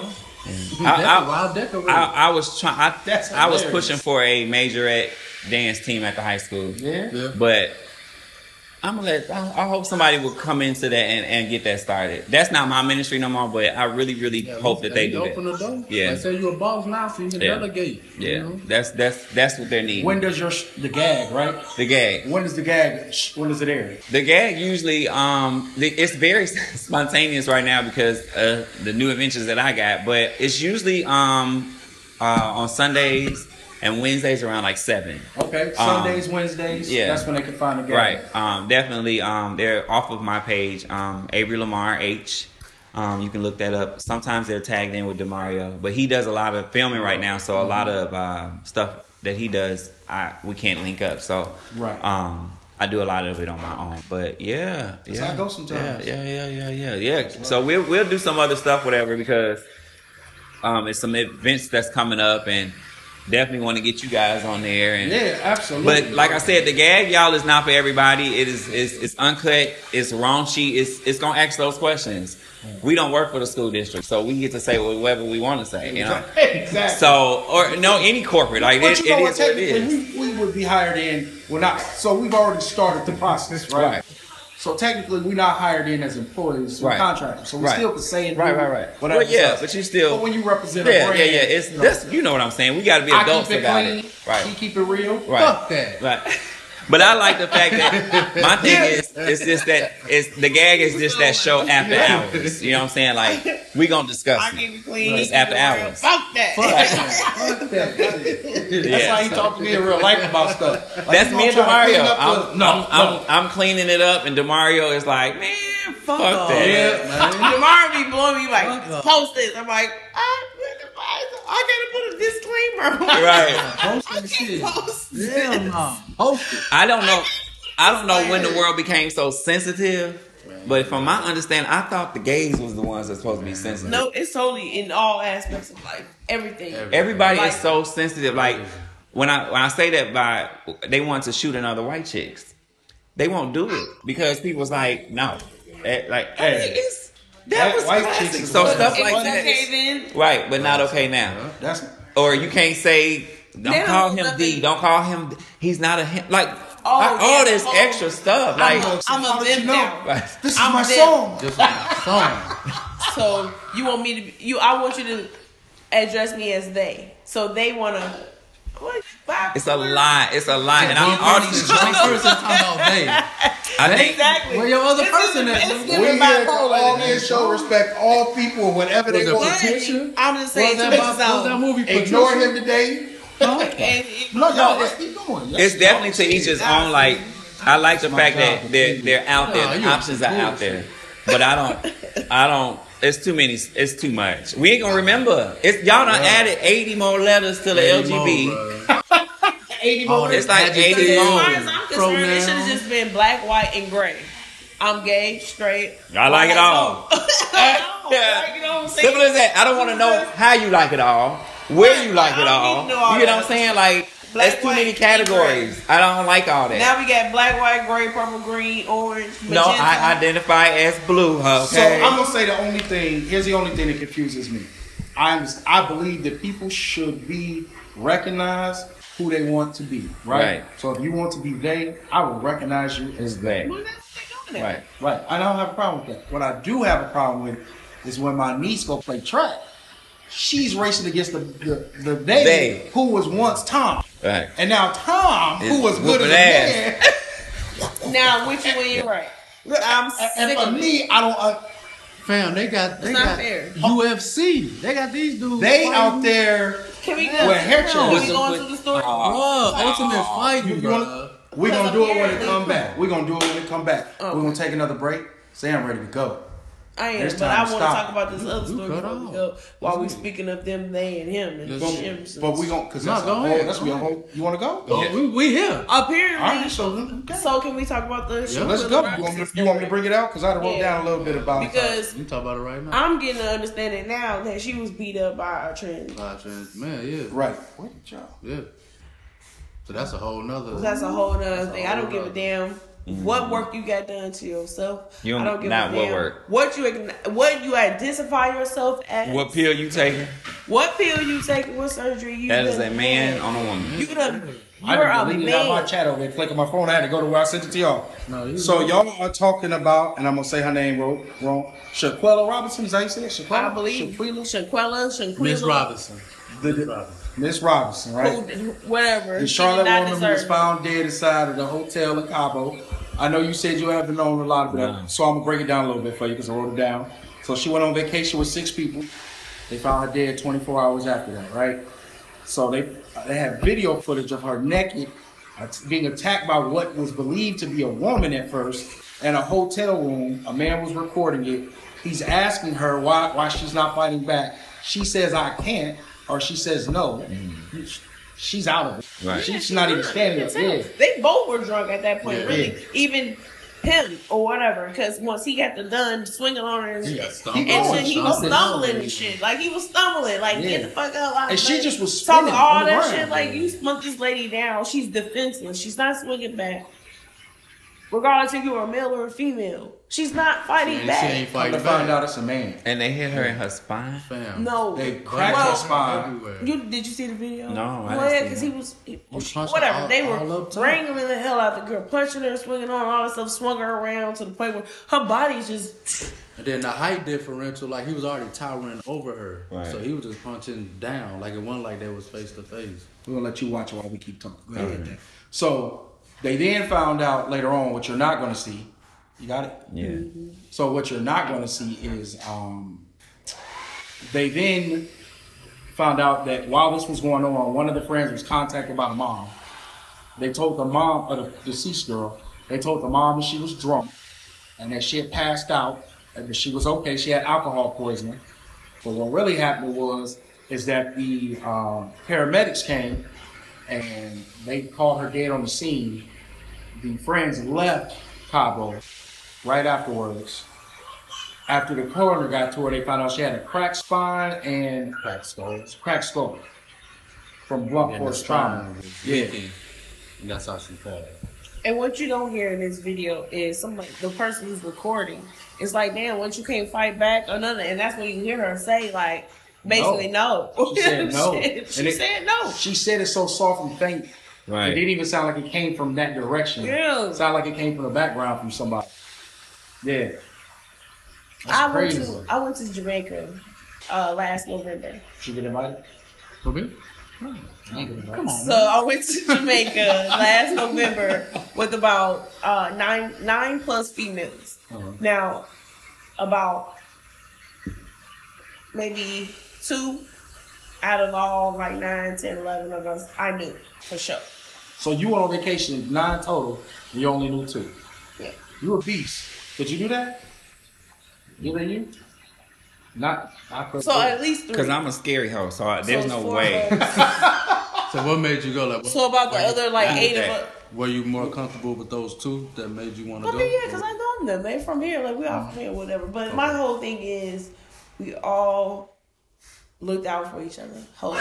I- I- Wild decorated. I, I was trying. I, That's I was hilarious. pushing for a majorette dance team at the high school, Yeah. yeah. but I'm gonna let. I, I hope somebody will come into that and, and get that started. That's not my ministry no more, but I really, really hope that they you do open that. the door. Yeah. Like say you a boss now, so you can Yeah. delegate. Yeah, You know? that's that's that's what they're needing. When does your sh- the gag right? the gag. When is the gag? sh- When is it air? The gag usually um the, it's very spontaneous right now because uh the new adventures that I got, but it's usually um uh on Sundays and Wednesdays around like seven. Okay, Um, Sundays, Wednesdays. yeah. that's when they can find the gag. Right. Um, definitely. Um, they're off of my page. Um, Avery Lamar H. Um, you can look that up. Sometimes they're tagged in with Demario, but he does a lot of filming right now, so a lot Mm-hmm. of uh, stuff that he does, I we can't link up. So Right. Um, I do a lot of it on my own, but yeah, That's yeah, how it goes sometimes. Yeah, yeah, yeah, yeah, yeah. yeah. So we'll we'll do some other stuff, whatever, because um, it's some events that's coming up, and definitely want to get you guys on there and Yeah, absolutely. but like I said, the gag, y'all, is not for everybody. It is, it's, it's uncut. It's raunchy. It's, it's gonna ask those questions. We don't work for the school district, so we get to say whatever we want to say. You know. exactly. So, or no, any corporate like but it, you it know what? is what it Technically, is. we, we would be hired in. We're not. So we've already started the process, right? Right. So technically, we're not hired in as employees, we're Right. contractors. So we Right. still can say and Right, do right, right. Whatever. Well, yeah, stuff. but you still- But when you represent a Yeah, yeah, yeah. brand, It's you know, that's you know what I'm saying. We got to be I adults keep it about clean. it. Right. She keep it real. Right. Fuck that. Right. But I like the fact that my thing is it's just that it's the gag is just that show after hours. You know what I'm saying? Like we gonna discuss I it. keep it clean. It's after keep it real. hours. Fuck that. Fuck that. That's Yeah. how he talked to me in real life about stuff. Like, That's you me and gonna try to Demario. clean up the- I'm, no, I'm, no. I'm, I'm cleaning it up, and Demario is like, man, fuck, Oh, off." that. Tomorrow be blowing me Fuck like up. post this. I'm like, "Ah, I, I gotta put a disclaimer. on Right. I can't post. Hell no. Host it. I don't know. I don't know when the world became so sensitive, but from my understanding, I thought the gays was the ones that's supposed to be sensitive. No, it's totally in all aspects of life. Everything. Everybody Like- is so sensitive. Like when I when I say that by they want to shoot another white chicks, they won't do it because people's like, no, Eh, like I hey, mean, it's, that That was white classic. chicks is so what- stuff it's like that. okay is- then. Right, but not okay now. That's Or you can't say don't Now, call him D. nothing- Don't call him. He's not a him. Like Oh, I- all yeah, this oh. extra stuff. Like I'm a, I'm a you them know? now. right. this is I'm my dead. song. Just like song. So you want me to be- you? I want you to address me as they. So they wanna. What? Bye, it's a Twitter. lot. It's a lot, and I'm One all person, these. one choices- person talking about they. I think Exactly. Where your other It's person given- at, it's nigga? given We here by to Paul. always show respect all people and whatever they Was it want. What? Picture? I'm just What saying. to was that, about- what himself. was that movie? Ignore Patricia? him today. Huh? And it- No, No, y'all, let's keep going. it's definitely to each his own. Like I like the fact that they're they're out Nah, Oh, there. The you options are out there, bullshit. but I don't. I don't. It's too many. It's too much. We ain't gonna remember. It's y'all done added eighty more letters to the LGB. eighty Oh, more. that's It's like adjectives, eighty As far long. as I'm concerned, it should have pronouns. just been black, white, and gray. I'm gay, straight. I like it all. I know, Yeah. like, you know what I'm saying? Simple as that. I don't want to know how you like it all, where you like it I don't all. need to know all You know what I'm that. saying? Like Black, that's too many white, and categories. I don't like all that. Now we got black, white, gray, purple, green, orange. No, I identify as blue. So Okay. I'm gonna say the only thing. Here's the only thing that confuses me. I'm. I believe that people should be recognized who they want to be. Right. Right. So if you want to be they, I will recognize you as they. Right. Well, that's what they doing now. Right. Right. I don't have a problem with that. What I do have a problem with is when my niece go play track. She's racing against the the, the they, They. who was once Tom, Right. and now Tom, Is who was good as a whooping man, Now, which you when you're right. I'm and- sick and for of it. me, I don't. Uh, Fam, they got they It's not got fair. UFC. They got these dudes. they fighting. out there. Can we Well, hair Can we change. go into the story? Uh, Bruh, ultimate Oh, You- fighting, you bro. wanna- we gonna do it when it Because come back. We gonna do it when it come back. Okay. We gonna take another break. Say I'm ready to go. I am, There's but time I to want to stop. talk about this other story cut before we off. go, while we speaking of them, they, and him. And Yes. But, Jim's. but we gonna cause No, that's go a whole, ahead, That's go your ahead. whole. You wanna go? Oh, we, we here. All right. Apparently. So, okay. So can we talk about the So show? let's go. You want, me, you want me to bring it out? Cause I done wrote Yeah. down a little bit about it. Because You talk about it right now. I'm getting to understand it now that she was beat up by a trans. Live trans- Man, yeah, Right. Where did y'all? yeah. So that's a whole nother. That's a whole nother thing. I don't give a damn what work you got done to yourself. You I don't give not a what damn work. What you ign- what you identify yourself as. What What, pill you taking? pill you taking? What surgery you? That is done a man had. on a woman. You done. I You're a didn't delete it out my man. chat over there, clicking my phone. I had to go to where I sent it to y'all. No, you- so y'all are talking about, and I'm gonna say her name wrong. wrong Shaquella Robinson, is that how you say it? Shaquella? I believe Shaquilla? Shanquella, Shanquilla, Miss Robinson. The- the- Miss Robinson, right? who- whatever. The She Charlotte did not woman who was deserve it. found dead inside of the hotel in Cabo. I know you said you haven't known a lot of that, so I'm gonna break it down a little bit for you because I wrote it down. So she went on vacation with six people. They found her dead 24 hours after that, right? So they they have video footage of her naked, at- being attacked by what was believed to be a woman at first, in a hotel room. A man was recording it. He's asking her why why she's not fighting back. She says I can't, or she says no. She's out of it. Right. She- she's not even standing up. Yeah. They both were drunk at that point, Yeah. really. Even him or whatever, because once he got the done swinging on her and He shit, got stumbled. and shit, He he was stumbled. stumbling and shit. Like he was stumbling, like Yeah. get the fuck up. Like, And she just was talking spinning all on the that ground. shit. Like you smoked this lady down. She's defenseless. She's not swinging back. Regardless if you were a male or a female, she's not fighting And she back. ain't Come fighting to find back. out it's a man. And they hit her in her spine. Fam. no, They Blood cracked Well, her is spine. everywhere. You did you see the video? No, I well, didn't yeah, see it. because he was he- You she- punched whatever. all- they all were up top. wrangling the hell out the girl, punching her, swinging on all that stuff, swung her around to the point where her body's just. And then the height differential, like he was already towering over her, Right. so he was just punching down. Like it wasn't like they was face to face. We're gonna let you watch it while we keep talking. Go ahead. Dan. So they then found out later on what you're not gonna see. You got it? Yeah. So what you're not going to see is um, they then found out that while this was going on, one of the friends was contacted by the mom. They told the mom of the deceased girl. They told the mom that she was drunk and that she had passed out and that she was okay. She had alcohol poisoning. But what really happened was is that the uh, paramedics came and they called her dead on the scene. The friends left Cabo right afterwards. After the coroner got to her, they found out she had a cracked spine and Crack skulls. cracked skull from blunt And the force trauma. spine was Yeah. leaking. And that's how she fell. And what you don't hear in this video is somebody, the person who's recording. It's like, damn, once you can't fight back or nothing, and that's when you hear her say like, basically no. She said no. Shit, she And it- said no. She said it so soft and faint. It Right. didn't even sound like it came from that direction. Yeah. Sound like it came from the background from somebody. Yeah. That's I went crazy. to I went to Jamaica uh, last November. She get invited? For me? So I went to Jamaica last November with about uh, nine nine plus females. Now, about maybe two out of all like nine, ten, eleven of us, I knew for sure. So you went on vacation, nine total, and you only knew two. Yeah. You a beast. Did you do that? You than you? Not I could So uh, at least three. Cause I'm a scary hoe, so I, there's So no four way. of us. So what made you go like? So about the were you- other like I knew eight of that. us. Were you more comfortable with those two that made you want to I go? mean, yeah, because I know them. They're from here. Like, we all from here, whatever. But my whole thing is we all looked out for each other the whole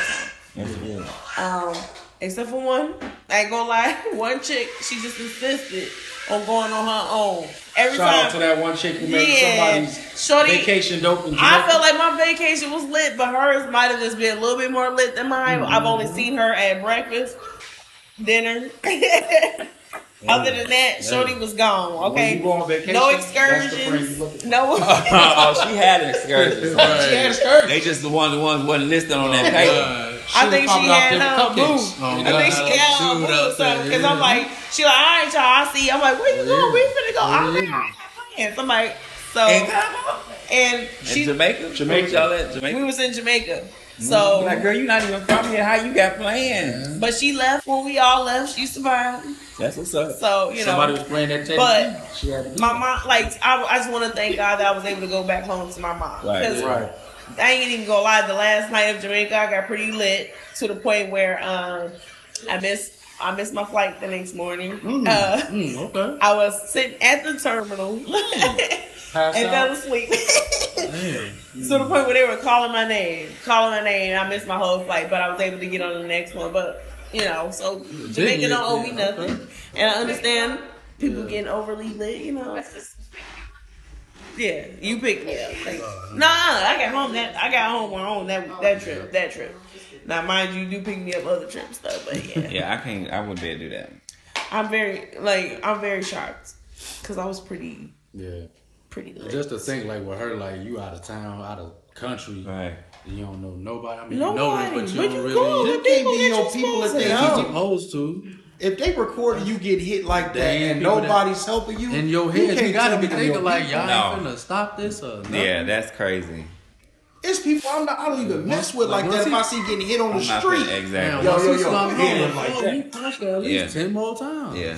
time. Um, except for one. I ain't gonna lie. One chick, she just insisted on going on her own. Every Shout time. out to that one chick who made Yeah. somebody's Shorty, vacation dope in Jamaica. I felt like my vacation was lit, but hers might have just been a little bit more lit than mine. Mm-hmm. I've only seen her at breakfast, dinner. Other than that, Shorty was gone. When Okay, you go on vacation, no that's the friend you excursions. looking No, oh, she had an excursion. She had a skirt. They just the one the ones wasn't listed on that paper. Uh, I think she had uh, her move. Oh, I think God. she had her Shoot move out or something. there. Cause I'm like, she like, all right, y'all, I see. you." I'm like, where you going? We finna go. I'm like, Yeah. I ain't plans. I'm like, so and She, Oh. she, in Jamaica, Jamaica. Y'all at Jamaica. we was in Jamaica. So Like, girl, you not even from here. How you got plans? But she left when we all left. She survived. That's what's up. So, you Somebody know, was playing that tennis. But- she had to my mom, like, I, I just want to thank God that I was able to go back home to my mom. Right, 'Cause right. I ain't even gonna lie, the last night of Jamaica, I got pretty lit to the point where um, I missed. I missed my flight the next morning. Uh, Mm, okay. I was sitting at the terminal Pass and fell out. asleep. Damn. to the point where they were calling my name, calling my name. I missed my whole flight, but I was able to get on the next one. But you know, so Jamaica you? don't owe me Yeah, nothing, and I understand people getting overly lit, you know. it's just- Yeah, you picked me up. Like, nah, I got home that I got home on own that that trip, that trip. Now, mind you, you do pick me up other trips though, but yeah, Yeah, I can't. I wouldn't be able to do that. I'm very like I'm very shocked because I was pretty Yeah. pretty lit. Just to think, like, with her, like, you out of town, out of country. Right. You don't know nobody. I mean, Nobody, you know them, but you but don't you really. cool. You The Them can't people be that your you people that supposed they to get know. you. supposed to. If they record and you get hit like that Damn, and people that- nobody's helping you, In your you head, you, can't tell gotta be me them thinking your like, people. y'all ain't No. finna stop this or nothing. Yeah, that's crazy. It's people I'm not, I don't even mess with like Once that. If he- I see getting hit on the I'm not street, fin- Man, exactly. Yo, once yo, you yo, slump yeah, in, like oh, that. you punched her at least Yeah. ten more times. Yeah.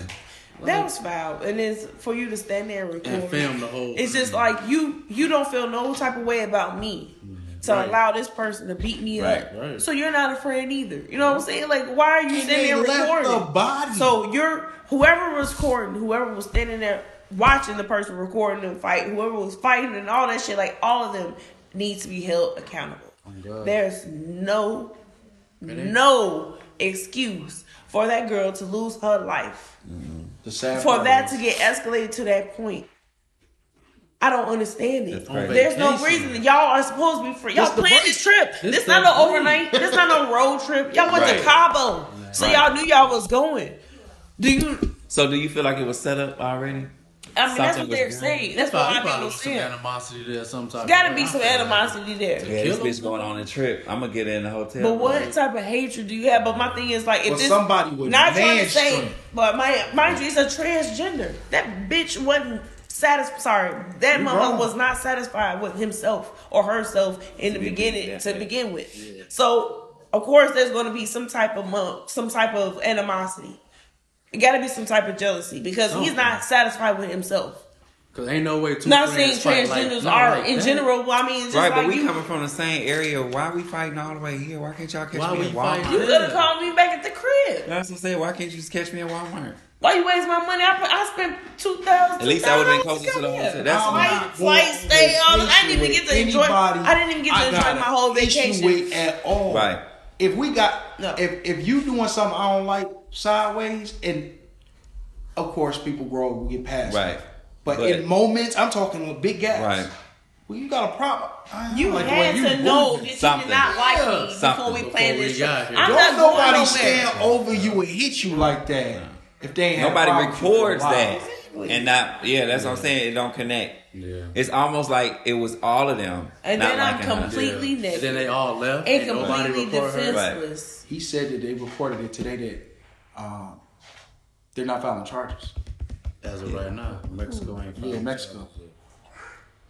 That was foul, and it's for you to stand there and record. And film the whole. It's just like you you don't feel no type of way about me to Right. allow this person to beat me Right, up. right. So you're not a friend either. You know what I'm saying? Like why are you they standing there left recording? the body. So you're whoever was recording, whoever was standing there watching the person recording them fight, whoever was fighting and all that shit, like all of them needs to be held accountable. God. There's no ain't- no excuse for that girl to lose her life The sad for part that is- to get escalated to that point. I don't understand it. On There's no vacation. reason. Y'all are supposed to be free. Y'all This the planned break. this trip. This This, the not no break. overnight. this not no road trip. Y'all went Right. to Cabo, so Right. y'all knew y'all was going. Do you? So do you feel like it was set up already? I mean, that's Something what was they're going. saying. That's Probably- why I probably people some saying. animosity there. Some type. Gotta of- be some animosity there. Yeah, this Kill 'em. bitch going on a trip. I'm gonna get in the hotel. But room. what type of hatred do you have? But my thing is like, if Well, this somebody with not trying man to say, strength. but my mind you, it's a transgender. That bitch wasn't satisfied. Sorry, that You mother wrong. was not satisfied with himself or herself in To the begin beginning with, to yeah. begin with. So of course, there's going to be some type of mo- some type of animosity. It got to be some type of jealousy because he's not satisfied with himself. Cause ain't no way two Not saying friends fight transgenders like- not are like in that. general. Well, I mean, it's just Right, like but we you, coming from the same area. Why we fighting all the way here? Why can't y'all catch Why me we at Walmart? fighting? you could have called me back at the crib. That's what I'm saying. Why can't you just catch me at Walmart? Why you waste my money? I, put, I spent two thousand. Oh, At least I would've been closer to the hotel. That's flight, not flight, going stay all. I didn't even vacation get to with enjoy. anybody I didn't even get to I enjoy got my whole an issue vacation. with at all. Right. If we got No. if if you doing something I don't like sideways, and of course people grow, we get past. it. Right. But, But- in moments, I'm talking with big gaps. Right. Well, you got a problem. I don't you like the way had you to know moving. that Something. you did not like me Something before we before planned we this trip. got here. I'm Don't not going nobody nowhere. stand over you and hit you like that if they ain't had a Nobody problem with you for a records while. that. And not yeah, that's what I'm saying. It don't connect. Yeah. It's almost like it was all of them. And not then I'm liking her. complete- Completely And naked. then they all left. And Ain't nobody completely report her. Right. defenseless. He said that they reported it today that um, they're not filing charges. As of right now, Mexico ain't. Yeah, found Mexico. charges yet.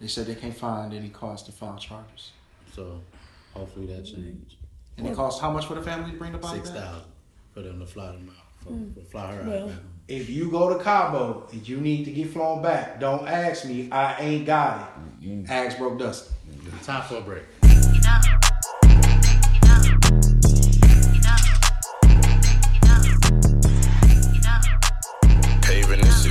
They said they can't find any cause to file charges. So hopefully that changed. And it costs how much for the family to bring the body Six back? thousand for them to fly them out, for, for fly her Mm. Well. out. back. If you go to Cabo and you need to get flown back, don't ask me. I ain't got it. Ask broke dust. Time for a break. Paving the city.